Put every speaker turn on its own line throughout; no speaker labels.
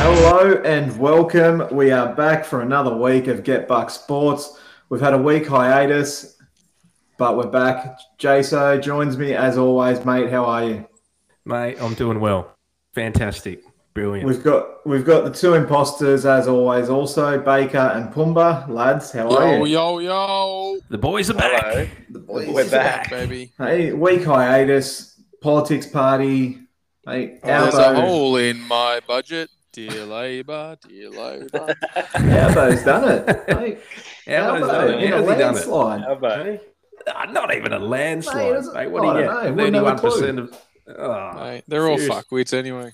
Hello and welcome. We are back for another week of Get Buck Sports. We've had a week hiatus, but we're back. JSO joins me as always, mate. How are you?
Mate, I'm doing well. Fantastic. Brilliant.
We've got we've got the two imposters as always, also Baker and Pumba. Lads, how are
Yo,
you?
yo, yo.
the boys are back.
Hello.
We're
back.
baby.
Hey, week hiatus, politics party. Hey,
Oh,
There's a
Albo,
hole in my budget. Dear Labour, dear Labour.
Albo's done it. Hey,
How
Albo,
has done it?
in
How
a
has he done it?
landslide.
Albo.
Hey?
Ah, Not even a
Mate,
landslide.
it's-
Mate, what do you
I
get?
don't know. Wouldn't have a
31% of. Oh,
Mate, they're all
Serious.
fuckwits anyway.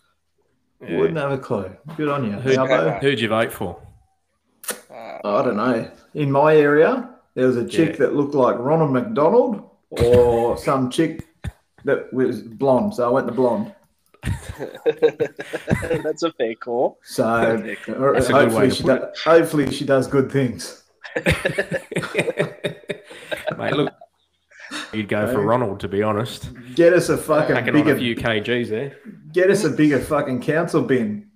yeah.
Wouldn't have a clue. Good on you,
Who'd-
Albo.
Who'd you vote for?
Uh,
I don't know. In my area, there was a chick
Yeah.
that looked like Ronald McDonald or some chick that was blonde. So I went the blonde.
That's a fair call.
So
Perfect.
uh,
That's a good
hopefully,
way to
she
put
do- hopefully she does good things.
Mate, look, you'd go for
Hey.
Ronald, to be honest.
Get us a fucking
Packing on
bigger,
a few kgs there.
get us a bigger fucking council bin.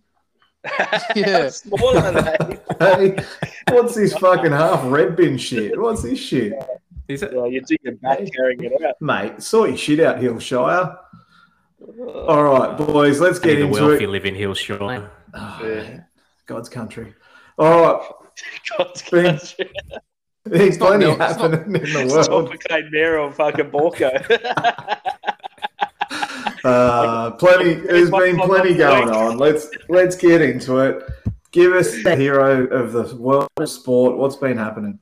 Yeah.
Smaller than
Hey, what's this fucking half red bin shit? What's this shit,
Is it?
well, you do your back carrying it out.
mate? Sort your shit out, Hillshire. All right, boys, let's get
the
into
wealthy
it.
live in Hillshire.
Oh,
Yeah.
God's country. All right,
God's
Been
country.
There's
not
plenty
milk, it's not-
happening in the world.
Suffocate Mira on fucking Borco.
Uh, plenty. There's
Like-
been
like-
plenty
like-
going on. Let's let's get into it. Give us the hero of the world of sport. What's been happening?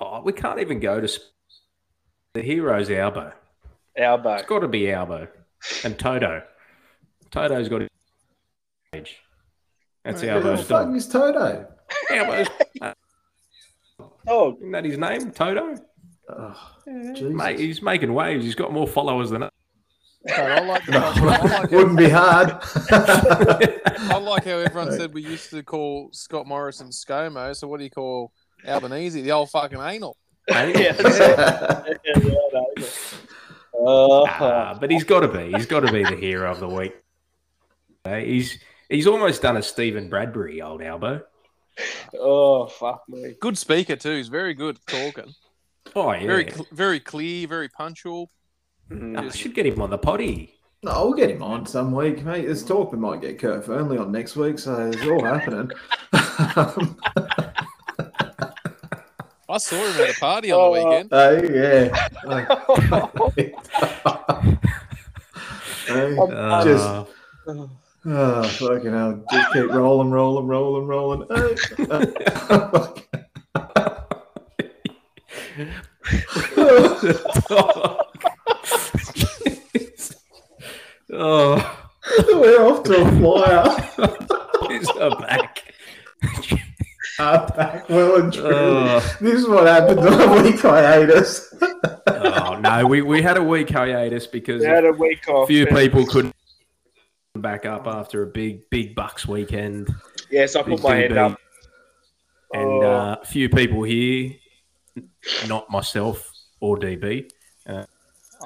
Oh, we can't even go to. Sp- the hero's Albo.
Albo.
It's got to be Albo and Toto. Toto's got his age. That's
Mate,
Who the
Albo's
fuck
dog.
is Toto?
Albo's,
Oh,
isn't that his name, Toto?
Oh,
Mate,
Jesus.
he's making waves. He's got more followers than us.
mate, I like the
No,
fact- I like,
wouldn't be hard.
I like how everyone said we used to call Scott Morrison ScoMo, so what do you call Albanese? The old fucking anal.
Mate,
Yeah. yeah, well, no. Oh,
nah, Ah, but he's got to be. He's got to be the hero of the week. Hey, He's he's almost done a Stephen Bradbury, old Albo.
oh, fuck me.
Good speaker too. He's very good at talking.
Oh yeah,
Very, cl- very clear, very punctual.
I should get him on the potty.
no, we'll get him on some week, mate. There's talk we might get Kurt Fernley on next week, so it's all happening.
I saw him at a party on the
Oh.
weekend.
Oh yeah. Hey.
Uh,
Just- Oh, fucking hell. Just keep rolling, rolling, rolling, rolling. Hey.
oh.
We're off to a flyer.
He's not back.
Our Ah, back well and truly.
Oh.
This is what happened on a week hiatus.
oh no, we, we had a week hiatus because
We had a week
a
off.
few
and-
people couldn't back up after a big big Bucks weekend.
Yes, I
Big
put my hand
DB.
up. Oh.
and a uh, few people here, not myself or DB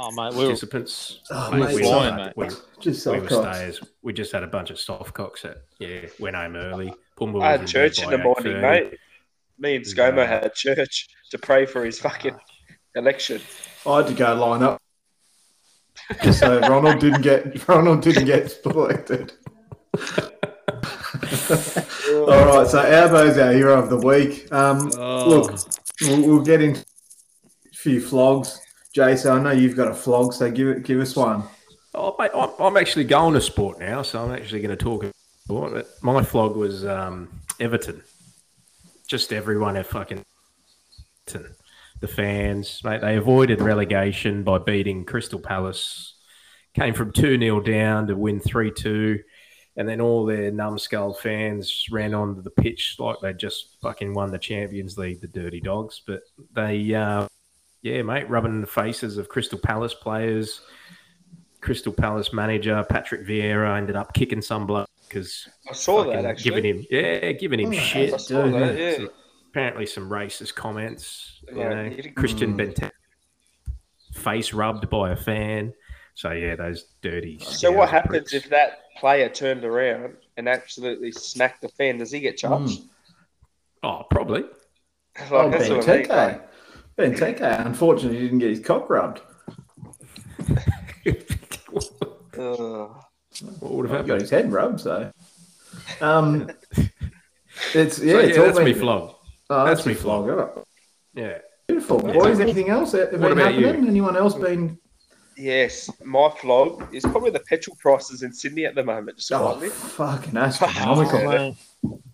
Oh mate, we were
participants.
Oh,
Mate,
mate,
we,
so-
flying,
were-
mate.
we-
Just
we
so
were
cocks.
stayers. We just had a bunch of soft cocks at yeah. Went home early. Pumba
I
was
had church
bed
in
by
the morning,
8:30.
mate. Me and ScoMo
No.
had church to pray for his fucking election.
I had to go line up. Just so Ronald didn't get Ronald didn't get selected.
Oh,
All right, so Albo's our hero of the week. Um,
Oh,
Look, we'll, we'll get into a few flogs. Jason, I know you've got a flog, so give it, give us one.
oh, mate, I'm, I'm actually going to sport now, so I'm actually going to talk about sport. But my flog was um, Everton. Just everyone at fucking Everton. The fans, mate, they avoided relegation by beating Crystal Palace. Came from 2 0 down to win 3 2. And then all their numbskull fans ran onto the pitch like they just fucking won the Champions League, the Dirty Dogs. But they, uh, yeah, mate, rubbing in the faces of Crystal Palace players. Crystal Palace manager Patrick Vieira ended up kicking some bloke because
I saw that actually.
giving him, yeah, giving him
Oh,
shit.
I saw
dude,
that, yeah.
Some- apparently some racist comments. You
Yeah,
know,
you didn't-
Christian
Mm.
Benteke face rubbed by a fan. So yeah, those dirty.
So
scoundrel
what happens
pricks.
if that player turned around and absolutely snack the fan, does he get
Hmm.
charged?
Oh, probably.
Like,
Oh,
that's
Ben
what I mean.
Teke. Ben Teke, unfortunately, didn't get his cock rubbed.
what
Ugh.
would have
He got
happened?
his head rubbed, so. Um, it's, yeah,
So,
it's
yeah,
all
that's
been-
me flog.
Oh,
That's me
flog. Alright.
Yeah.
Beautiful.
Yeah.
Boys, anything else that have
What
been
about you?
happening? Anyone else been?
Yes, my flog is probably the petrol prices in Sydney at the moment. Just
Oh,
quietly.
fucking
Oh,
astronomical.
man.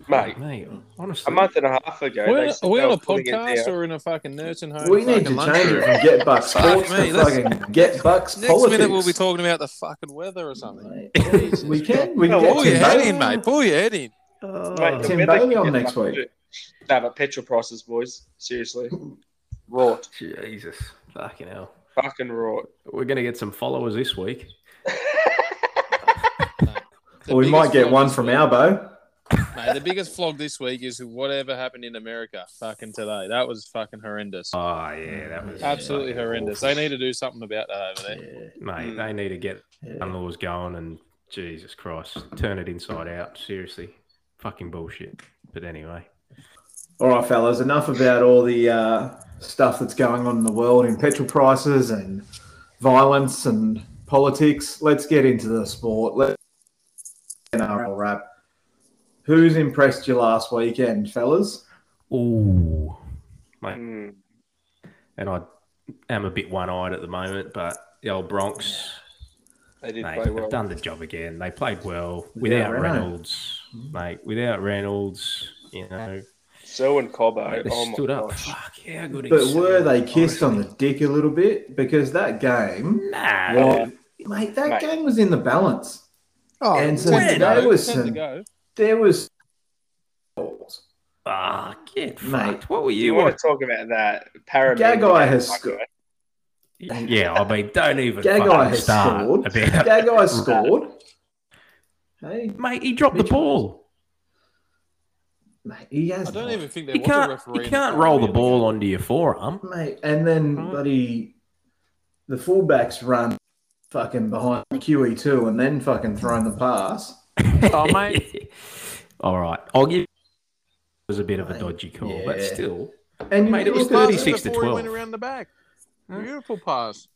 mate.
Mate, honestly.
A month and a half ago,
We're,
they
in-
said
are we
they
on
were
a
pulling it
podcast
down.
or in a fucking nursing home?
We need to
fucking
change it
lunchroom?
from Get Buck Sports
me,
to
let's-
fucking Get Bucks
Next
Politics.
minute we'll be talking about the fucking weather or something.
Mate, we can. We can
Oh,
get
oh,
Pull your
Tim
head
Bailey.
in, mate. Pull your head in.
Oh.
Mate, the
Tim
weather
Bailey
could
on
get
next
fucking-
week.
No, but petrol prices, boys. Seriously, wrought,
Jesus. Fucking hell.
fucking wrought.
We're going to get some followers this week.
The
Well, we might
biggest
get
flog
one
this
from
week-
Albo.
Mate, the biggest flog this week is whatever happened in America fucking today. That was fucking horrendous.
Oh, yeah. That was
Absolutely
fucking
horrendous.
awful.
They need to do something about that over there.
Mm.
Mate, they need to get gun laws going and Jesus Christ, turn it inside out. Seriously. Fucking bullshit. But anyway.
All right, fellas, enough about all the uh, stuff that's going on in the world in petrol prices and violence and politics. Let's get into the sport. Let's NRL wrap. Who's impressed you last weekend, fellas?
Ooh.
Hmm.
And I am a bit one eyed at the moment, but the old Bronx,
They did
mate,
play
they've
well.
done the job again. They played well
Without
without
Reno.
Reynolds,
Mm.
mate. Without Reynolds, you know,
So and Cobbo.
mate, they
oh my
stood up.
gosh.
Fuck, how good
But
is-
were they kissed on the dick a little bit? Because that game,
Nah.
was, mate, that
Mate.
game was in the balance.
Oh,
And so
when?
today was
Time to
some-
go.
There was balls.
Fuck, get
Mate.
fucked. What were
You
you
want
on?
to talk about that? Paramount.
Gagai has scored.
Yeah, I mean, don't even
Gagai
fucking
has
start
scored.
about
Gagai scored. Hey,
Mate, he dropped the
Mitchell.
ball.
mate, he has.
I don't
not.
even think there
You
was a
can't,
referee.
you
in
can't
front
roll the
of me.
ball onto your forearm.
mate. And then
Right.
bloody the fullbacks run fucking behind QE two, and then fucking throwing the pass.
Oh, mate.
All right, I'll give. It was a bit of a
Mate,
dodgy call, but
yeah.
still,
And you
Mate, it
look
was
at-
36 to Hmm?
before he
12.
went around the back.
Huh?
Beautiful pass.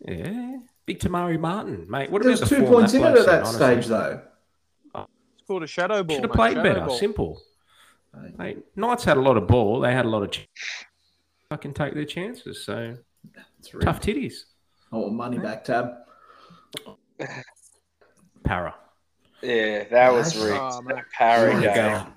yeah. Big Tamari Martin, mate. What
There
about
was
the
two
form
points in it
bloke's
at that
honestly?
stage, though.
It's called a shadow ball.
Should have
mate,
played
shadow
better.
ball.
Simple. Mate, Knights had a lot of ball. They had a lot of. Ch- fucking take their chances. So
It's
tough
tough.
titties.
Oh, money back tab.
Para.
Yeah, that was
Nice.
rigged.
Oh,
that
mate.
para
What a
game.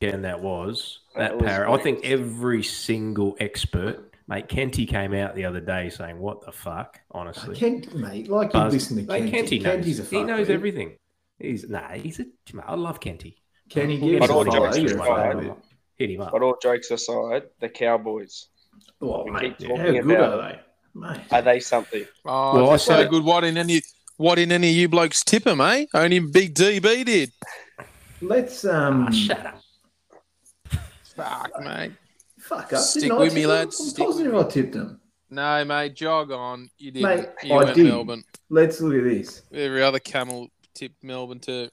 game. And that was
That
that
was
para. I
great.
think every single expert, mate. Kenty came out the other day saying, "What the fuck?" Honestly,
Kent, mate, like you
Buzz.
listen to Kenty.
Mate, Kenty knows.
Kenty's a fuck.
he knows everything. He's nah. He's a. mate, I love Kenty.
Kenny
We'll
gives a
get
But all
fuck.
jokes
You're a
aside-
fuck.
Hit him up.
But all jokes aside, the Cowboys
Well,
We
Oh, mate,
keep
how
talking
good
about-
are they, mate?
are they something?
Oh,
Well, I
that's
said
so
it.
good. What in any? What in any of you blokes tip him, eh? Only Big DB did.
Let's um,
Ah, shut up.
Fuck, mate.
fuck up.
Stick
Didn't I
with
tip
me,
them?
lads,
I'm
stick
positive I tipped them.
No, mate. Jog on. You did.
Mate,
you
I
went
did.
Melbourne.
Let's look at this.
Every other camel tipped Melbourne too.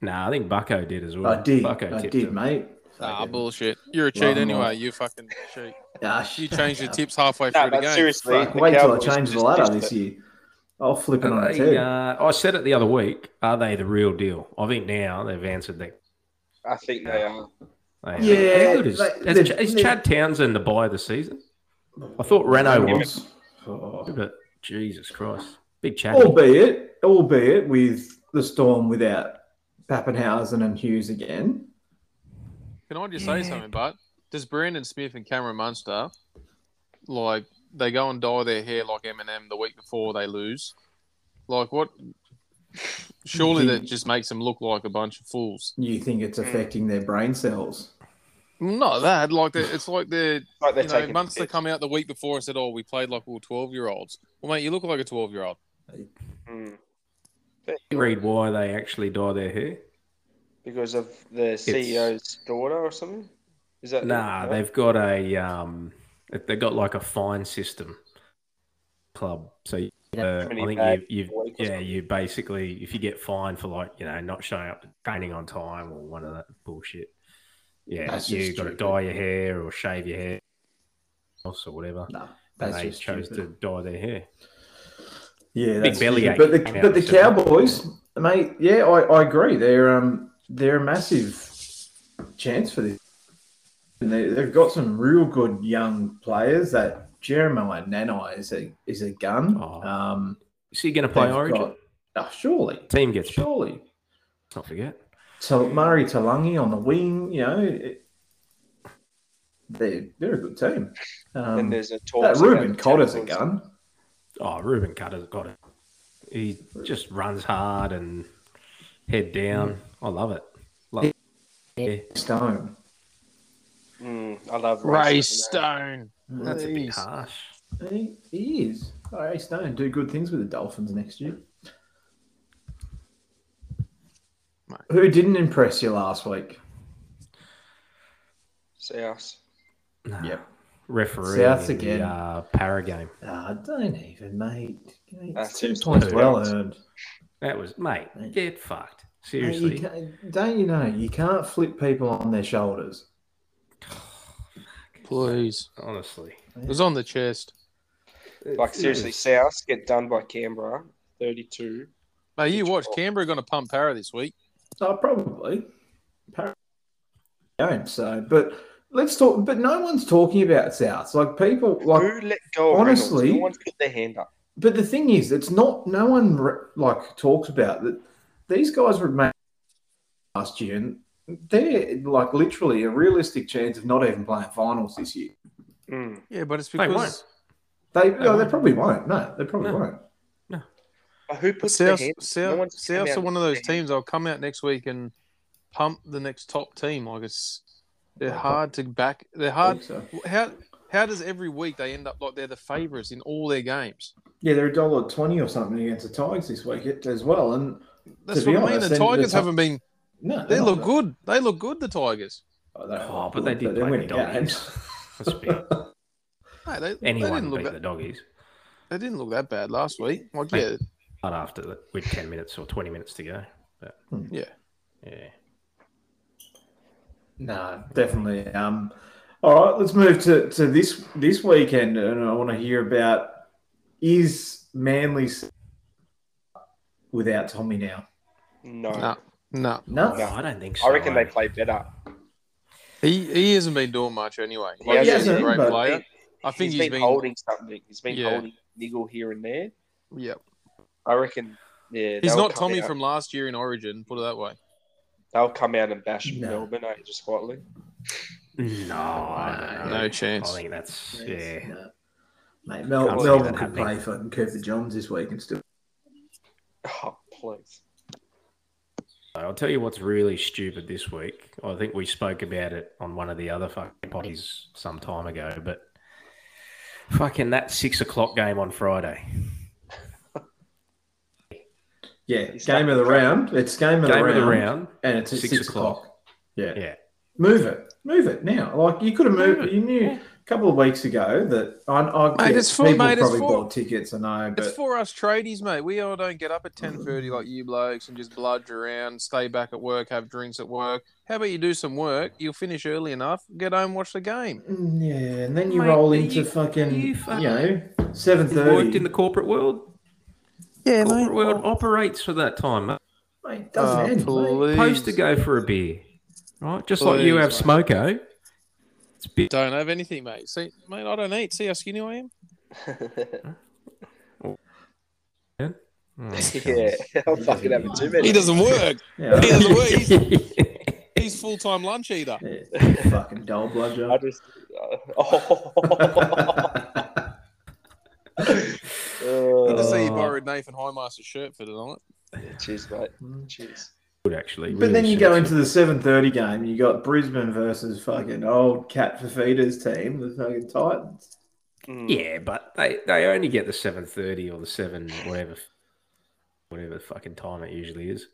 Nah, I think Bucko did as well.
I did.
Bucko
I
tipped
did,
him.
mate.
Ah,
Fucking-
bullshit. You're a cheat
Love 'em all.
anyway. You fucking cheat.
Ah,
You
shut
changed your
up.
tips halfway
No,
through the
but
game.
seriously,
Fuck,
the
wait till I
Cowboys
change the
just
ladder
ditched
this
it.
year. I'll flip it on
Are
its
they,
head.
uh, I said it the other week. Are they the real deal? I think now they've answered that.
I think they are.
they are.
Yeah,
How good is,
they-
is,
they've-
is
they've-
Chad Townsend the buy of the season? I thought Renault was,
Oh.
but Jesus Christ, big Chad.
Albeit, albeit with the storm without Pappenhausen and Hughes again.
Can I just say something, Bud? Does Brandon Smith and Cameron Munster, like, they go and dye their hair like Eminem the week before they lose? Like, what? Surely that just makes them look like a bunch of fools.
You think it's affecting their brain cells?
Not that. Like, they're- it's like they're,
Like they're
you know,
taking
Munster
the piss.
come out the week before and said, oh, we played like all 12 year olds. Well, mate, you look like a 12 year old.
Hmm.
Read why they actually dye their hair.
because of the CEO's daughter or something. Is that
Nah,
no?
they've got a um, they've got like a fine system club. So you uh, I
many
think
bags
you, you've,
a week or
yeah,
something.
you basically, if you get fined for like, you know, not showing up to training on time or one of that bullshit, yeah,
That's just
you got to
stupid.
dye your hair or shave your hair else or whatever.
No,
And
that's
they
just
chose
stupid.
to dye their hair.
Yeah,
Big
that's
belly
true.
ache
But
came
the
out
but the
and said that.
Cowboys, mate. Yeah, I, I agree. They're um they're a massive chance for this, and they they've got some real good young players. That Jeremiah Nanai is a is a gun.
Oh,
um,
Is he going to play
they've
Origin?
got- oh, surely,
Team gets shot,
surely.
let's not forget.
So Murray Talangi on the wing. You know, it, they're they're a good team.
Then
Um,
there's a talk.
that
about
Ruben
the
Cotter's a
tackles.
gun.
Oh, Ruben Cutter's got it. He just runs hard and head down. I love it. Love it. Yeah.
Stone.
Mm, I love
Ray
Rice, you know.
Stone.
That's a bit
Jeez.
harsh.
He, he is. Ray Stone do good things with the Dolphins next year.
Mate.
Who didn't impress you last week?
South.
Nah.
Yep.
Referee
Souths
in
again.
the uh, para game.
Ah, don't even, mate. It's
That's
two
just
points
two
well
points.
earned.
That was mate.
Mate.
Get fucked.
Mate, you
Seriously.
can't- don't you know you can't flip people on their shoulders?
Please.
Honestly.
It was on the chest.
Like seriously, South get done by Canberra, thirty-two.
Mate, you
Good
watch.
job.
Canberra going to pump Para this week.
Oh, probably. Par- Game. So, but let's talk. But no one's talking about Souths. Like people, like
Who let go?
honestly-
Of honestly, no one's put their hand up.
But the thing is, it's not. No one re- like talks about that. These guys were made last year, and they're like literally a realistic chance of not even playing finals this year.
Mm.
Yeah, but it's
They won't.
because
They no, they probably won't. No, they probably
No.
won't.
But who puts their
South,
hand? up?
South,
No one's come
South's
out
are one of those
and said-
teams. I'll come out next week and pump the next top team. Like it's they're hard to back. They're hard.
So,
How how does every week they end up like they're the favourites in all their games?
yeah, they're a dollar twenty or something against the Tigers this week it- as well. And
That's
be
what I mean.
honest,
The
then the
Tigers
top-
haven't been.
no,
They
they're
look
not-
good. They look good. The Tigers.
Oh, they're not
Oh, but they
good, they're
did play the
winning
Doggies. That's big.
Hey, they, they
Anyone
didn't
beat
look.
the
That,
doggies.
they didn't look that bad last week. Like
Mate.
yeah,
Not after the, with ten minutes or twenty minutes to go. But,
Hmm. yeah.
yeah.
No, definitely. Um, all right, let's move to, to this this weekend, and I want to hear about is Manly s- without Tommy now?
No,
No, no.
No,
Yeah.
Oh, I don't think so.
I reckon they
mate.
play better.
He he hasn't been doing much anyway.
He
Like, he's
hasn't,
a great
but-
player. Oh, I think
he's been holding something. He's been
Yeah.
holding niggle here and there.
Yeah,
I reckon. Yeah,
he's
they'll
not
come
Tommy
out-
from last year in Origin. Put it that way.
They'll come out and bash
No.
Melbourne eh, just quietly.
No, I don't know.
No chance.
I think that's
Yes,
Oh, yeah.
no. Mate, Mel-
Can't see
Melbourne
that
could
happening.
play fucking Curtis Johns this week and still.
Oh please.
I'll tell you what's really stupid this week. I think we spoke about it on one of the other fucking potties some time ago, but fucking that six o'clock game on Friday.
Yeah,
He's
game of the
not-
round. It's game of,
Game
the, round,
of the round.
and it's at
six
six,
o'clock.
o'clock. Yeah.
Yeah.
move it, move it now. Like you could have
Move
moved.
it,
You knew
yeah.
a couple of weeks ago that I, I
Mate,
yeah,
it's for-
people
mate, it's
probably
for-
bought tickets. I know, but
It's for us tradies, mate. We all don't get up at ten thirty like you blokes and just bludge around, stay back at work, have drinks at work. How about you do some work? You'll finish early enough, get home, watch the game.
Mm, Yeah, and then you
Mate,
roll
you-
into fucking,
you
you,
fuck-
know, seven
Worked
thirty.
in the corporate world.
Yeah,
Corporate world operates for that time. mate.
mate,
Ah,
doesn't
Uh,
end. Mate.
Supposed to go for a beer, right? Just like you
Please,
have
mate.
smoko. It's a bit.
Don't have anything, mate. See, mate, I don't eat. See how skinny I am.
Oh,
yeah, I'll fucking have too many.
He doesn't work.
Yeah,
He doesn't work. He's,
God.
he's full time lunch eater.
yeah, fucking dull
I
bludger.
just. uh, oh.
Good to see you
Oh.
borrowed Nathan Highmaster's shirt for tonight.
Oh, Cheers, mate. Cheers.
Good, actually.
but then you go into the seven thirty game. You got Brisbane versus fucking old Cat Fafita's team, the fucking Titans.
Mm.
Yeah, but they, they only get the seven thirty or the seven whatever, whatever fucking time it usually is,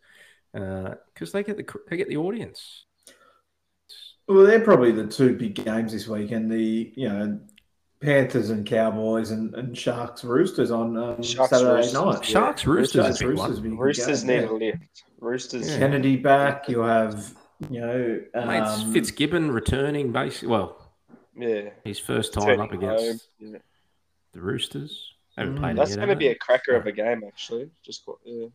because they get the cr- they get the audience.
Well, they're probably the two big games this weekend. The you know Panthers and Cowboys and, and Sharks Roosters on um,
Sharks,
Saturday
Roosters.
night.
Sharks Roosters is
Sharks,
a big
Roosters,
one.
we can
Roosters
go,
need
yeah.
a lift. Roosters.
Yeah.
Kennedy back. You have you know um,
Mate, it's Fitzgibbon returning, basically. Well,
Yeah.
his first time
Turning
up against
home, yeah.
the Roosters. Haven't
Mm.
played
That's
it
going to be a
yet,
cracker of a game, actually. Just got, yeah.
have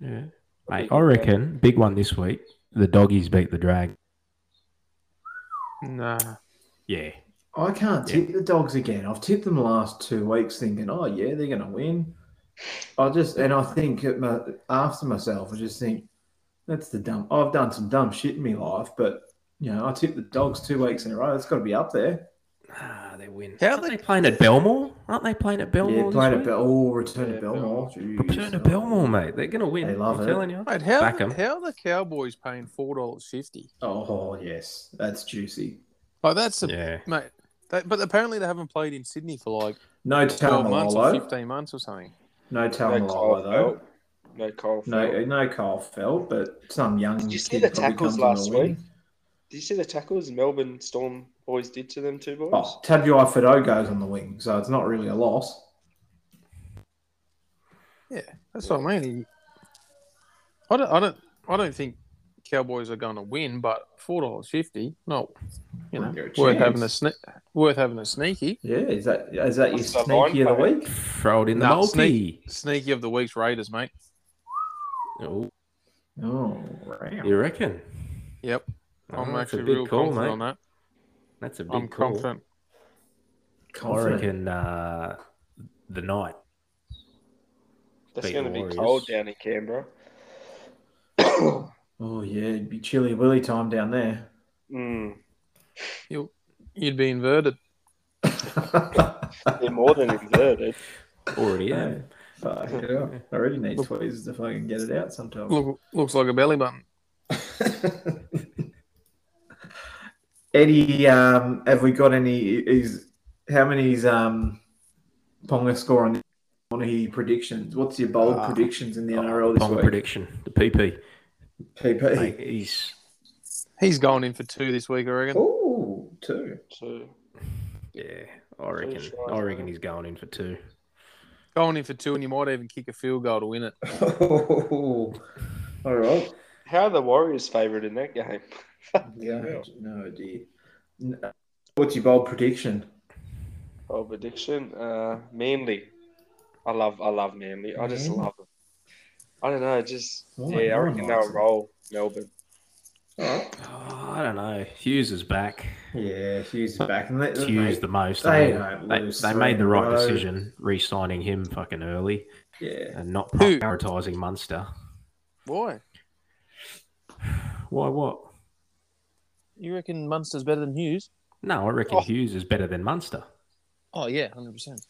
they? yeah. Mate, I reckon big one this week. The doggies beat the drag.
Nah.
Yeah,
I can't tip the dogs again. I've tipped them the last two weeks, thinking, "Oh yeah, they're going to win." I just and I think at my, after myself, I just think that's the dumb. I've done some dumb shit in my life, but you know, I tipped the dogs two weeks in a row. It's got to be up there.
ah, they win.
How
Aren't they playing at Belmore? Aren't they playing at Belmore?
yeah, playing at Bel-
Belmore.
oh, return to
Yeah,
Belmore.
Return to
Jeez.
Belmore, mate. They're gonna win.
They love
I'm
it.
telling you.
Mate, how,
Back 'em.
how are the Cowboys paying $4.50?
Oh yes, that's juicy.
Like, that's a.
Yeah.
Mate, they, but apparently they haven't played in Sydney for like
No
12 months or
Tamalolo.
15 months or something.
No
No Kyle
Tamalolo though.
Felt. No Kyle Felt.
No, no Kyle Felt, but some young.
Did you see
kid
the
probably comes
tackles
in the
last
wing.
week? Did you see the tackles Melbourne Storm boys did to them two boys?
Oh, Tabuai Fido goes on the wing, so it's not really a loss.
That's what I mean. I don't, I don't, I don't think Cowboys are going to win, but four dollars fifty, no, you know,
They're a
worth
chance.
having a sne- worth having a sneaky,
Yeah, is that is that
What's
your
the line
sneaky of the
play?
week?
Throw it in the
No,
multi.
sneaky of the week's Raiders, mate.
Oh,
Oh, wow.
you reckon?
Yep,
Oh,
I'm
that's a
actually
big
real
call,
confident
mate.
on that.
That's a big
I'm
call.
confident.
I
Confident.
reckon uh, the night.
That's
beat
going to
the
be
Warriors.
cold down in Canberra.
Oh yeah, it'd be chilly willy time down there.
Mm,
You'd be inverted.
they're more than inverted.
Already, yeah.
Fuck yeah. I already need tweezers if I can get it out sometime.
Look, looks like a belly button.
Eddie, um, have we got any? Is how many is um, Ponga score on on he predictions? What's your bold
Ah.
predictions in the NRL this
Long
week?
prediction. The PP.
PP.
Mate, he's
He's going in for two this week, I reckon.
Ooh, two.
So,
yeah. I reckon.
sure,
I reckon
mate.
he's going in for two.
Going in for two, and you might even kick a field goal to win it.
All right.
how are the Warriors favourite in that game?
Yeah. No idea. No. What's your bold prediction?
Oh, prediction. Uh, Manly. I love, I love Manly. I just
Manly?
love them. I don't know. Just
Oh,
yeah, I
no one
reckon
likes
they'll
them.
roll Melbourne.
All right.
Oh, I don't know. Hughes is baback.
Yeah, Hughes is back. And they,
Hughes the most. I
they
mean,
don't
they,
lose
they
three
made
in
the
a
right
row.
decision, re-signing him fucking early
yeah.
and not
Who-
prioritising Munster.
Why?
Why what?
You reckon Munster's better than Hughes?
No, I reckon
Oh.
Hughes is better than Munster.
Oh yeah, hundred percent.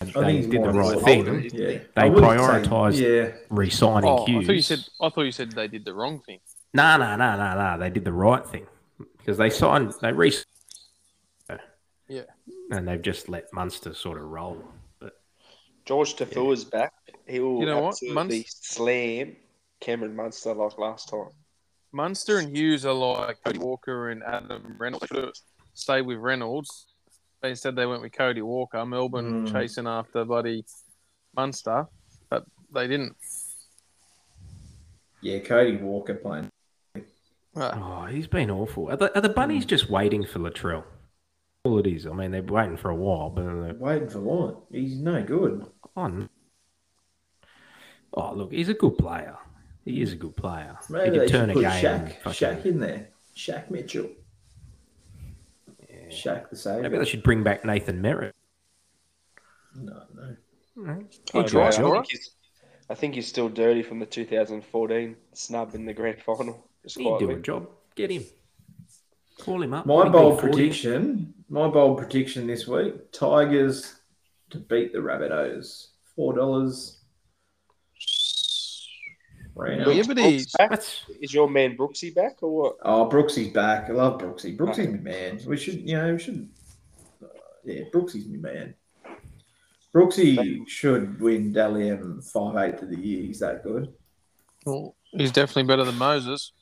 And
I think
They
it's
did the
more
right
of a
thing,
bold- Yeah.
They
I wouldn't say-
prioritised-
Yeah.
re-signing
Oh, I
Hughes.
thought you said I thought you said they did the wrong thing.
No, no, no, no, no. They did the right thing because they signed, they re.
Yeah.
And they've just let Munster sort of roll. But
George Tafua is back. He will
You know what?
absolutely slam Cameron Munster like last time.
Munster and Hughes are like Cody Walker and Adam Reynolds. Should have stayed with Reynolds. They said they went with Cody Walker. Melbourne
Hmm.
chasing after bloody Munster, but they didn't.
Yeah, Cody Walker playing.
Uh,
oh, he's been awful. Are the, are the
Hmm.
bunnies just waiting for Latrell? All it is. I mean, they're waiting for a while, but then they're
Waiting for Lawrence. He's no good.
on. Oh, look, he's a good player. He is a good player.
Maybe
he
they
can turn
should
a
put
game.
Shaq,
and fucking-
Shaq in there. Shaq Mitchell. Shaq the same.
Maybe they should bring back Nathan Merritt.
No, no.
Good try,
I,
Scorer.
think he's, I think he's still dirty from the 2014 snub in the grand final. Just
He'd do a
quietly.
job. Get him. Call him up.
My
He'd
bold
do 40.
prediction. My bold prediction this week: Tigers to beat the Rabbitohs. Four dollars.
Well, yeah, but he's-
That's
Is your man Brooksy back or what?
Oh, Brooksy's back. I love Brooksy. Brooksy's my man. We should, you know, we should. uh, Yeah, Brooksy's my man. Brooksy should win Dally M five eighth of the year. He's that good.
well, he's definitely better than Moses.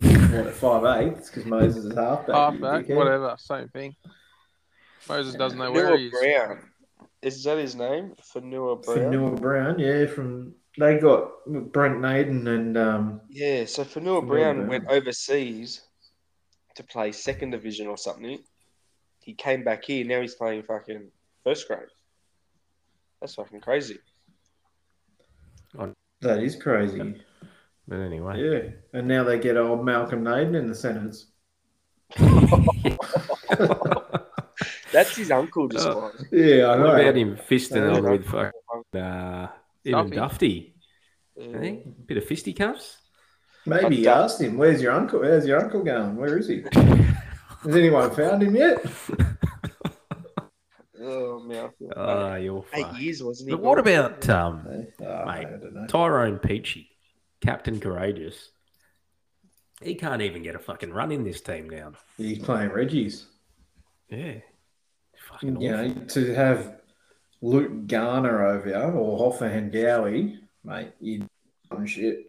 What five eighths? Because Moses is halfback. you
Halfback,
dickhead.
whatever, same thing. Moses doesn't know where he
Fanua
is.
Brown. Is that his name? Fanua Brown.
Fanua Brown, yeah, from they got Brent Naden and um,
Yeah, so Fanua
Fanua
Brown
Brown.
went overseas to play second division or something. He came back here. Now he's playing fucking first grade. That's fucking crazy.
that is crazy.
But anyway,
Yeah, and now they get old Malcolm Naden in the sentence.
That's his uncle, just
Oh.
like.
Yeah, I
what about
know.
him fisting
Yeah.
on with fucking uh, even
Duffy.
Dufty? I
Yeah.
think bit of fisticuffs.
Maybe you asked him, "Where's your uncle? Where's your uncle going? Where is he? Has anyone found him yet?"
Oh, Malcolm.
Oh, you're
Eight
fucked.
years, wasn't he?
But what about um,
Oh, I don't know.
Tyrone Peachy, Captain Courageous. He can't even get a fucking run in this team now.
He's playing Reggie's.
Yeah. Fucking
You
awful.
know, to have Luke Garner over you or Hoffa and Gowie, mate, you dumb shit.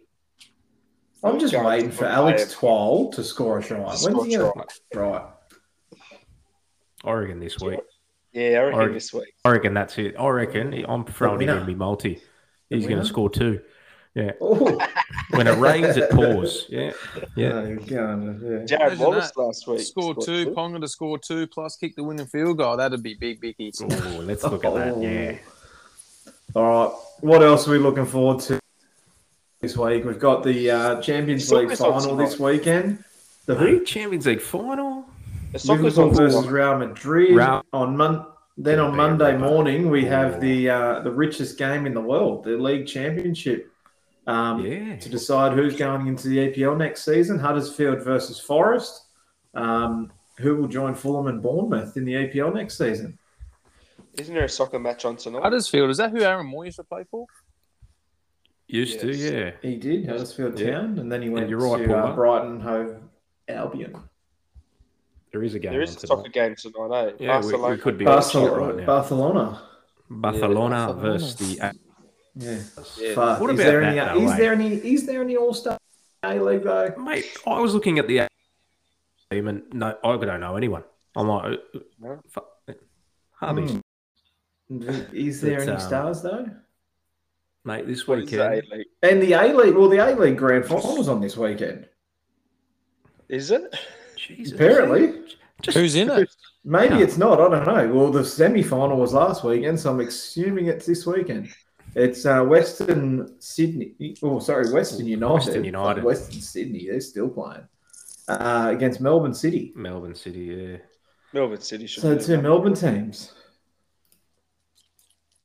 I'm just
Garner's
waiting
a
for
good
Alex
player.
Twal to score a try. When's
Score
he
a
going to try?
Oregon this week.
Yeah, I reckon
Or-
this week.
I reckon that's it. I reckon I'm throwing him in my multi. He's going
winner?
to score two.
Oh,
When it rains, it pours. Yeah. Yeah.
no, Garner, yeah.
Jared
Imagine
Wallace last week.
Score
scored
two, Ponga to score two, plus kick the winning field goal. That'd be big, Bicky.
Oh, let's look at that. Yeah.
Oh. All right. What else are we looking forward to this week? We've got the uh, Champions
Soccer's
League
on
final this
tonight.
weekend. The who?
Mate, Champions League final.
The soccer's
Liverpool
on
versus
versus...
Real Madrid
Real-
on Mon- Then on
Damn,
Monday
Real.
morning we
Oh.
have the uh, the richest game in the world, the league championship, um,
Yeah.
to decide who's going into the EPL next season. Huddersfield versus Forest. Um, who will join Fulham and Bournemouth in the EPL next season?
Isn't there a soccer match on tonight?
Huddersfield, is that who Aaron Moore used to play for?
Used to,
Yes.
yeah.
He did Huddersfield
Yeah.
Town, and then he went
you're right,
to uh,
Paul.
Brighton Hove Albion.
There is a game.
There
on
is a
tonight.
soccer game tonight, eh?
Yeah, we,
Barcelona.
we could be watching it
Barcelona,
right now.
Barcelona.
Barcelona
Yeah, Barcelona.
versus the.
Yeah.
Yeah.
Fuck,
What
is
about
there
that
any?
though,
is
eh?
there any? Is there any All Star A League though?
Mate, I was looking at the team and no, I don't know anyone. I'm like, uh,
No?
fu- hardly.
Mm. Is there
But,
any
um,
stars though?
Mate, this
What is the
weekend.
A-League?
And the A League, well, the A League Grand Finals on this weekend.
Is it?
Jesus.
Apparently.
Just,
Who's in it?
Maybe
Yeah.
it's not. I don't know. Well, the semi final was last weekend, so I'm assuming it's this weekend. It's uh, Western Sydney. Oh, sorry, Western United.
Western United.
Western Sydney. They're still playing uh, against Melbourne City.
Melbourne City, yeah.
Melbourne City should
So
do
two
that.
Melbourne teams.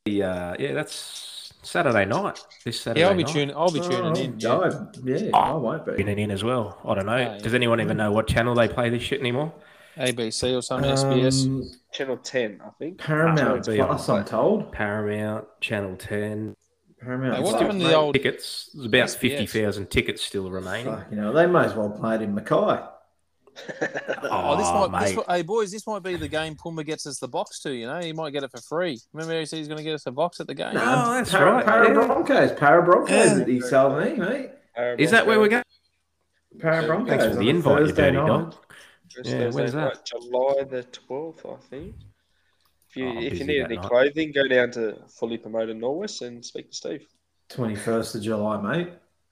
The, uh, yeah, that's Saturday night. This Saturday
Yeah, I'll be
night.
tuning. I'll be tuning
Oh,
in. Yeah.
no, yeah, I won't be.
Tuning in as well. I don't know.
Oh, yeah.
Does anyone even know what channel they play this shit anymore?
ABC or something. SBS.
Um,
Channel 10, I think.
Paramount
Oh, it'll be
Plus,
on.
I'm told.
Paramount, Channel 10.
Paramount
Hey, what
Plus.
happened to
mate.
the old?
Tickets. There's about
SBS.
50,000 tickets still remaining.
Fuck, you know, they may as well play it in Mackay.
Uh,
Oh, this
Oh,
might. This,
mate.
hey boys, this might be the game Puma gets us the box to. You know, he might get it for free. Remember, he said he's going to get us a box at the game.
No. Oh, that's
Um, Para,
right,
Para
yeah.
Broncos. Para Broncos
Yeah.
at East Albany, mate.
Is that where we're going?
Para
Yeah.
Broncos.
Thanks for
on
the
a
invite, you
Thursday
dirty
night.
dog.
Just
Yeah,
Thursday
when's that?
night, July the 12th, I think. If you,
Oh, I'm
if
busy
you need
that
any
night.
clothing, go down to fully promoted Norwest and speak to Steve.
21st of July, mate.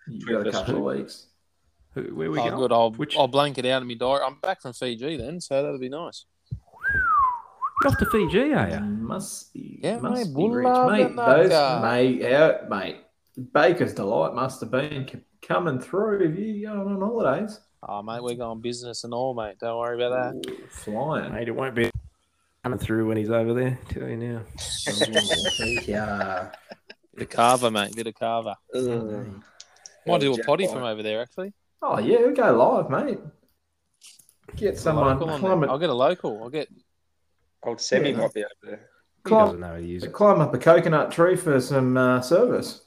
You've got a
21st
couple of weeks.
Who- Where we
Oh,
going?
good. I'll,
Which-
I'll blank it out in my diary. I'm back from Fiji then, so that'll be nice.
You're off to Fiji, are you?
Must be,
Yeah,
must
mate,
be rich,
Bulla
mate. Those,
Banaka.
mate, out, mate. Baker's delight must have been c- coming through if you going on holidays.
Oh, mate, we're going business and all, mate. Don't worry about that.
Ooh, Flying.
Mate, it won't be coming through when he's over there. Tell you now.
yeah. Mm.
Bit of carver, mate. Bit of carver.
Uh,
Might do a potty from over there, actually.
Oh yeah, we go live, mate. Get someone
Local on
climb,
there. I'll
a,
get a local. I'll get.
Old Semi
Yeah.
might be over there.
He
climb,
doesn't know how to use it.
climb up a coconut tree for some uh, service.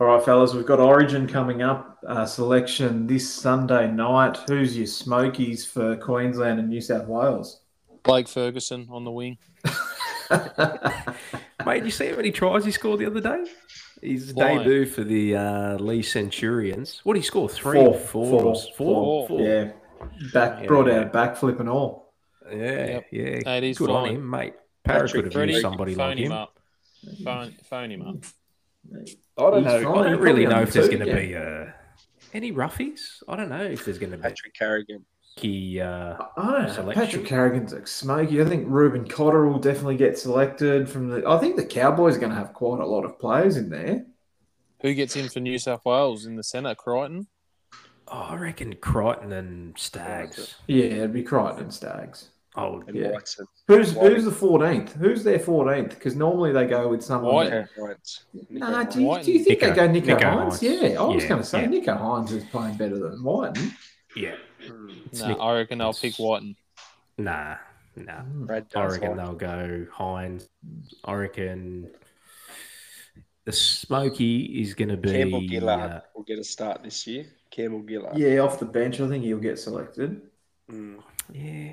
All right, fellas, we've got Origin coming up. Uh, selection this Sunday night. Who's your Smokies for Queensland and New South Wales?
Blake Ferguson on the wing.
Mate, you see how many tries he scored the other day? His
Why?
debut for the uh, Lee Centurions. What did he score? Three,
Four.
four,
Four.
four, four.
Four.
yeah, back
Yeah.
brought out backflip and all.
Yeah,
Yep.
yeah.
Hey, he's
Good on
flying.
him, mate. Parra could have
Freddie,
used somebody
phone
like
him
him.
up. Phone, phone him up.
I don't know.
I don't really know if there's going to be uh, any roughies. I don't know if there's going to be
Patrick Carrigan.
key. Uh,
I don't know.
selection.
Patrick Carrigan's like smoky. I think Ruben Cotter will definitely get selected from the. I think the Cowboys are going to have quite a lot of players in there.
Who gets in for New South Wales in the centre? Crichton.
oh, I reckon Crichton and Stags.
Yeah, it'd be Crichton and Stags.
Oh,
And
Yeah.
Whiteson.
Who's who's the fourteenth? Who's their fourteenth? Because normally they go with someone.
White.
that-
Nico Hines. Nico
Nah,
Hines.
do you, do you think
Nico.
they go Nico,
Nico
Hines?
Hines.
Yeah, I was
Yeah,
going to say
yeah.
Nico Hines is playing better than Whiten.
yeah.
Hmm.
It's
No,
Nick-
I reckon they'll pick Whiten.
Nah, nah.
Hmm.
Brad
I
Darcy.
reckon they'll go Hines. I reckon the Smoky is going to be.
Campbell Gillard
uh,
will get a start this year. Campbell Gillard.
Yeah, off the bench, I think he'll get selected.
Mm.
yeah,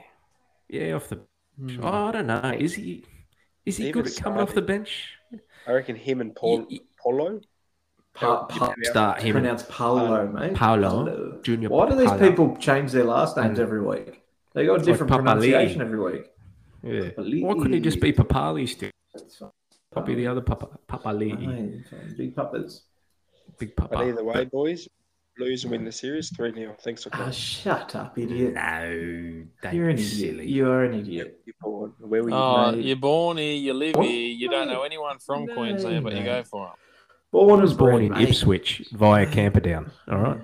yeah. Off the.
Hmm.
Mm.
Oh, I don't know. Is he? Is he
Even
good at coming off the bench?
I reckon him and Paul,
He-
Polo.
Pa- pa-
Start
it's
him. and-
pronounced Paolo, mate.
Paolo. Junior.
Why do these
Paolo.
people change their last names
Mm.
every week? They got a
It's like
different
Papa Lee.
pronunciation every week.
Yeah.
Papali.
Why couldn't it just be Papali still?
That's fine.
Probably the other Papa, Papali,
Aye, fine. Big puppets.
Big
But
Papa.
either way, boys, Blues win the series 3 0. Thanks for
Ah,
coming.
shut up, idiot.
no, don't
You're
be
an idiot.
silly.
You are an idiot.
You're bored. Where were you?
Oh,
mate.
you're born here, you live
What?
here, you don't know anyone from
No,
Queensland, but you
no.
go for it.
Born
I was
and bred,
born in
mate.
Ipswich via Camperdown. All right.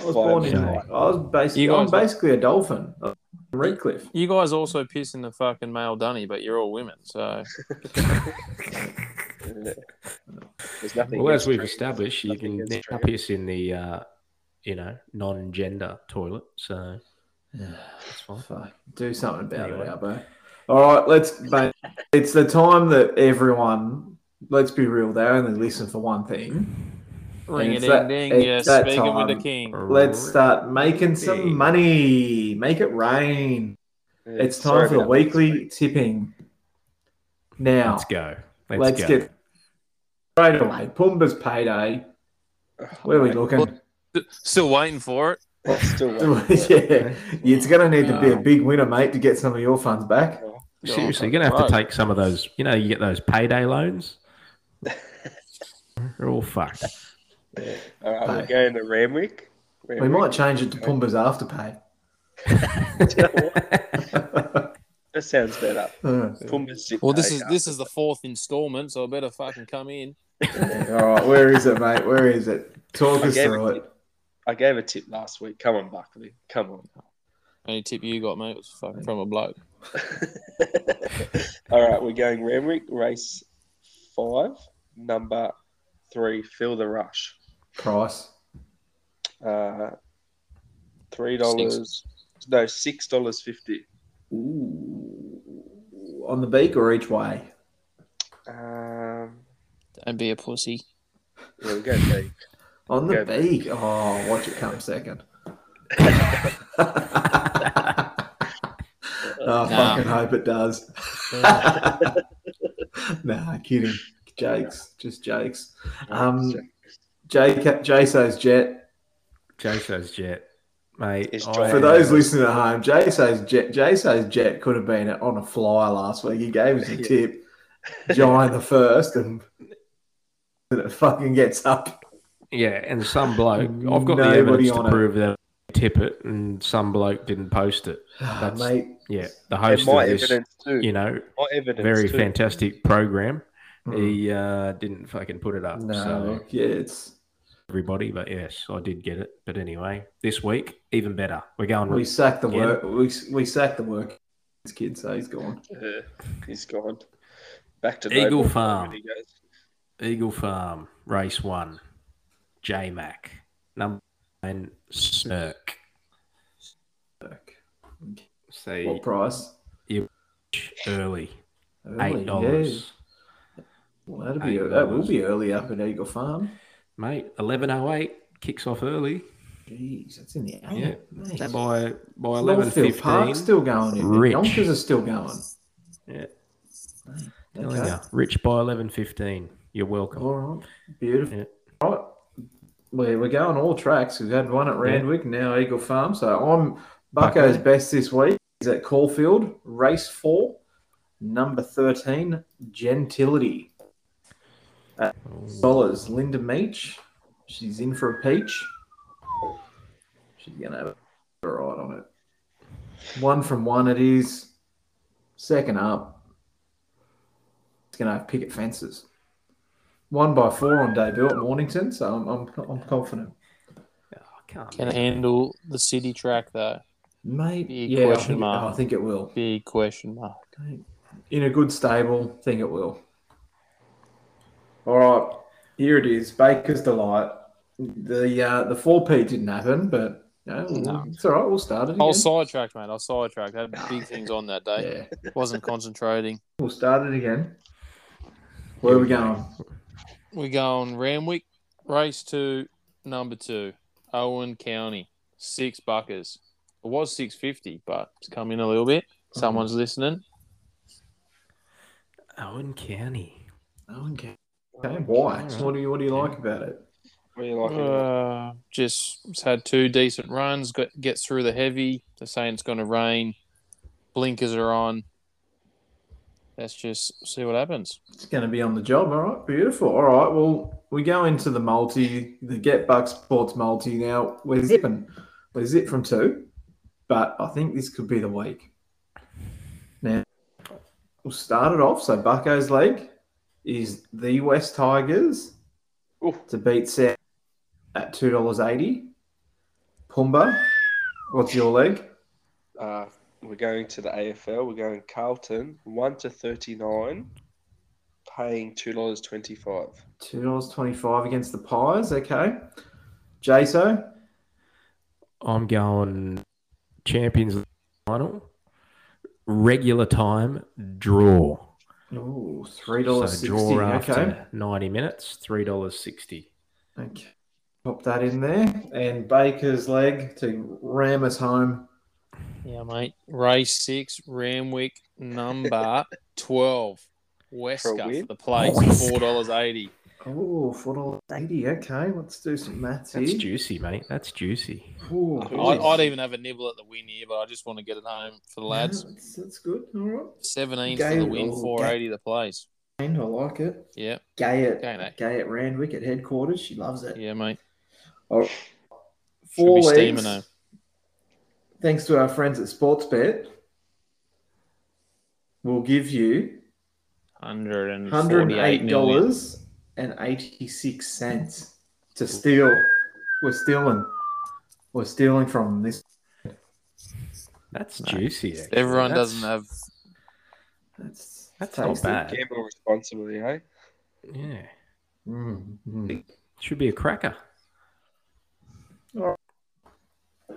I was born in.
Sorry.
I was basically.
You guys-
I'm basically a dolphin. I'm Redcliffe.
You guys also piss in the fucking male dunny, but you're all women, so
There's nothing.
Well, as
against
we've
Australia.
established, you
Nothing
can
against
now
Australia.
piss in the, uh, you know, non-gender toilet. So that's fine.
Fuck. Do something about
Anyway.
it, Albo. All right, let's. Mate, it's the time that everyone. Let's be real. They only listen for one thing.
ring it
it's
ding
that-
ding,
it's
you're
that
speaking with the
time.
king.
Let's start making
Really?
some money. Make it rain.
Yeah,
It's
sorry
time for the
about that.
weekly tipping. Now,
Let's go. Let's,
let's,
go.
get straight away. Pumba's payday. Where are we looking?
Still waiting for it.
Still
yeah, Um,
waiting for it.
it's going to need to be a big winner, mate, to get some of your funds back.
Seriously,
Oh,
you're gonna have to take some of those. You know, you get those payday loans. They're all fucked.
All right, we're going to Ramwick.
We might change it to Pumba's afterpay.
That sounds better.
Uh,
Pumbaa's zip
Well, this
pay
is
up.
this is the fourth instalment, so I better fucking come in.
yeah, all right, where is it, mate? Where is it? Talk
I
us
gave
through
it-
it.
I gave a tip last week. Come on, Buckley. Come on.
Any tip you got, mate, was fucking from a bloke.
All right, we're going Ramwick race five, number three. Feel the rush.
Price.
Uh, Three dollars. No, six dollars fifty.
Ooh. On the beak or each way?
Um,
Don't be a pussy.
yeah, we go deep.
On the
Yeah.
beak. Oh, watch it come second. oh, I fucking hope it does. nah, kidding. Jake's just Jake's. Um, Jake, Jay says Jet.
Jay says jet, mate.
It's
I-
dry.
For those listening at home, Jay says Jet. Jay says Jet could have been on a flyer last week. He gave us a
Yeah.
tip. Giant the first, and and it fucking gets up.
yeah, and some bloke. I've got the
Nobody
evidence to
on it.
prove that I tip it, and some bloke didn't post it. That's-
Mate,
Yeah, the
and
host
my
of this,
evidence too.
you know,
my evidence
very
too.
fantastic program.
mm,
He uh, didn't fucking put it up.
no,
So
yeah, it's
everybody, but yes, I did get it. But anyway, this week even better. We're going.
we sacked the
Again.
work. We we sacked the work. This kid, so he's gone.
Uh, he's gone. Back to
Eagle
Noble
Farm.
when he goes.
Eagle Farm Race One, J Mac number nine Smirk.
Fuck.
So
What price?
early
Early,
eight dollars,
yeah. Well, that'll be
Eight
that will
dollars.
be early up at Eagle Farm.
mate. Eleven oh eight kicks off early.
Jeez, that's in the
Yeah.
hour.
So by by eleven
Northfield
fifteen,
Park's still going.
Rich.
Rich. Yonkers are still going.
Yeah.
Okay.
Oh, rich by eleven fifteen. You're welcome.
All right. Beautiful.
Yeah.
All right. We're, we're going all tracks. We've had one at Randwick, now Eagle Farm. So I'm Bucko's
Bucko.
best this week. is at Caulfield, race four, number 13, Gentility. Oh.
Oh,
Dollars, Linda Meach. She's in for a peach. She's going to have a ride on it. One from one, it is. Second up, it's going to have picket fences. One by four on debut at Mornington, so I'm, I'm, I'm confident.
I can't.
Can handle the city track though.
Mate,
Big
yeah, I
question
think, oh,
mark.
I think it will.
Big question mark.
in a good stable, think it will. All right, here it is, Baker's delight. The uh, the four P didn't happen, but you know,
No.
it's all right. We'll start it.
I was
again.
sidetracked, Oh, mate. I was sidetracked. I had big things on that day.
Yeah,
Wasn't concentrating.
we'll start it again. Where are we going?
We're going Ramwick, race two, number two, Owen County, six buckers. It was six fifty, but it's come in a little bit. Someone's listening.
Owen County.
Oh, okay. Okay, why?
Alright.
What do you What do you like about it?
What do you like?
Uh, just it's had two decent runs. Got gets through the heavy. They're saying it's going to rain. Blinkers are on. Let's just see what happens.
It's going to be on the job. All right, beautiful. All right, well, we go into the multi, the Get Buck Sports multi now. We're zipping. We're zip from two, but I think this could be the week. Now, we'll start it off. So, Bucko's leg is the West Tigers
Oof.
to beat set at $2.80. Pumba, what's your leg?
Uh, we're going to the AFL. We're going Carlton, 1 to 39, paying $2.25.
$2.25 against the Pies. Okay. Jaso,
I'm going Champions League final, regular time draw.
Ooh, three dollars
So
sixty.
draw after
okay,
90 minutes, $3.60.
okay. Pop that in there, and Baker's leg to ram us home.
Yeah, mate. Race six, Ramwick, number twelve,
For a
Wesker
win?
for the place,
Wesker.
four dollars eighty.
Oh, four dollars eighty. Okay, let's do some maths
That's
here.
juicy, mate. That's juicy.
Ooh,
I'd-
I'd,
boys.
I'd even have a nibble at the win here, but I just want to get it home for the
Yeah,
lads.
that's, that's good. All right,
Seventeen for
Gay-
the win,
oh, gay.
four eighty the place.
and I like it.
Yeah,
Gay at
Gay, mate.
Gay at Randwick at headquarters. She loves it.
eh? yeah, mate.
Oh.
All right. Four
be steaming
legs.
her.
Thanks to our friends at Sportsbet, we'll give you
Hundred and
hundred
forty-eight
eight
million.
dollars and eighty six cents to steal. We're stealing. We're stealing from this.
That's
No.
juicy. actually.
Everyone
That's-
doesn't have.
That's
That's not
tasty.
bad.
Gamble responsibly, eh?
Yeah.
Mm, mm.
Should be a cracker.
Let's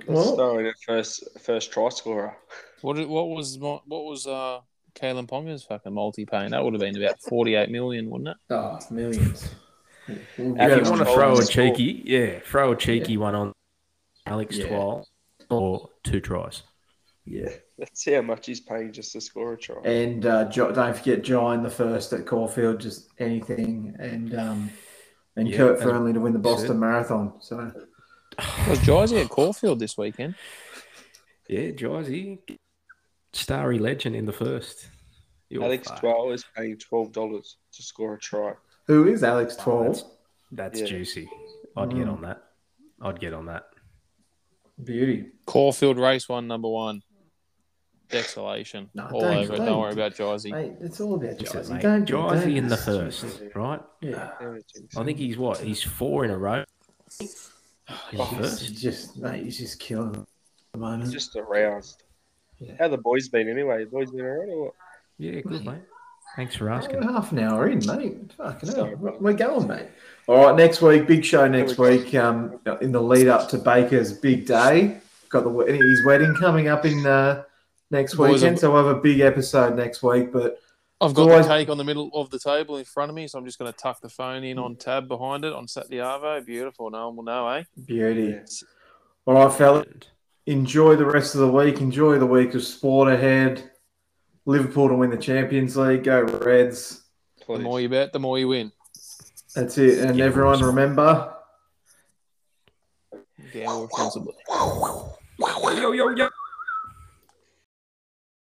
Well-
throw in a first, first try scorer.
What did- what was my, what was uh Kalen Ponga's fucking multi paying? That would have been about forty-eight million, wouldn't it?
Oh, millions. We'll
Yeah,
get
If you
on
want to
to-
Twelve
throw a
is cool.
cheeky, yeah, throw a cheeky one on Alex
Yeah.
Twal or two tries.
yeah.
Let's see how much he's paying just to score a try.
And uh, jo- don't forget John the first at Caulfield, just anything, and um, and
Yeah,
Kurt
that's-
Fernley to win the
that's
Boston Marathon. So
Was Jose at Caulfield this weekend?
Yeah, Josey, starry legend in the first. You're
Alex
fucked.
Dwell is paying $12 to score a try.
who is Alex Twelve?
That's- That's
Yeah.
juicy. I'd get
Mm.
on that. I'd get on that.
Beauty.
Caulfield race one, number one. Desolation
No,
all
don't-
over. it.
don't.
Don't worry about Jose.
Mate, it's all about
Is it,
Jazzy.
mate?
Don't
Josey
don't-
in the first, right?
Yeah.
I think he's what? He's four in a row. In the
He's
first.
just, just mate, he's just killing it at the moment.
He's just aroused.
Yeah.
How the boys been anyway? Boys been alright or what?
Yeah, good,
Mate.
mate. Thanks for
Oh, we're
asking.
half an hour in, mate. Fucking
Sorry,
hell.
bro.
We're going, mate. All right, next week, big show next
Here we
week. Um, in the lead up to Baker's big day, got the we- his wedding coming up in uh, next
Boys,
weekend,
I've-
so we'll have a big episode next week. But
I've got
Always-
the cake on the middle of the table in front of me, so I'm just going to tuck the phone in on tab behind it on Satyavo. Beautiful. No one will know, eh?
beauty.
Yeah.
All right, fellas, enjoy the rest of the week. Enjoy the week of sport ahead. Liverpool to win the Champions League. Go Reds.
The
Please.
more you bet, the more you win.
That's it. And
Yeah,
everyone,
awesome.
remember
Gamble responsibly.
Yo, yo, yo.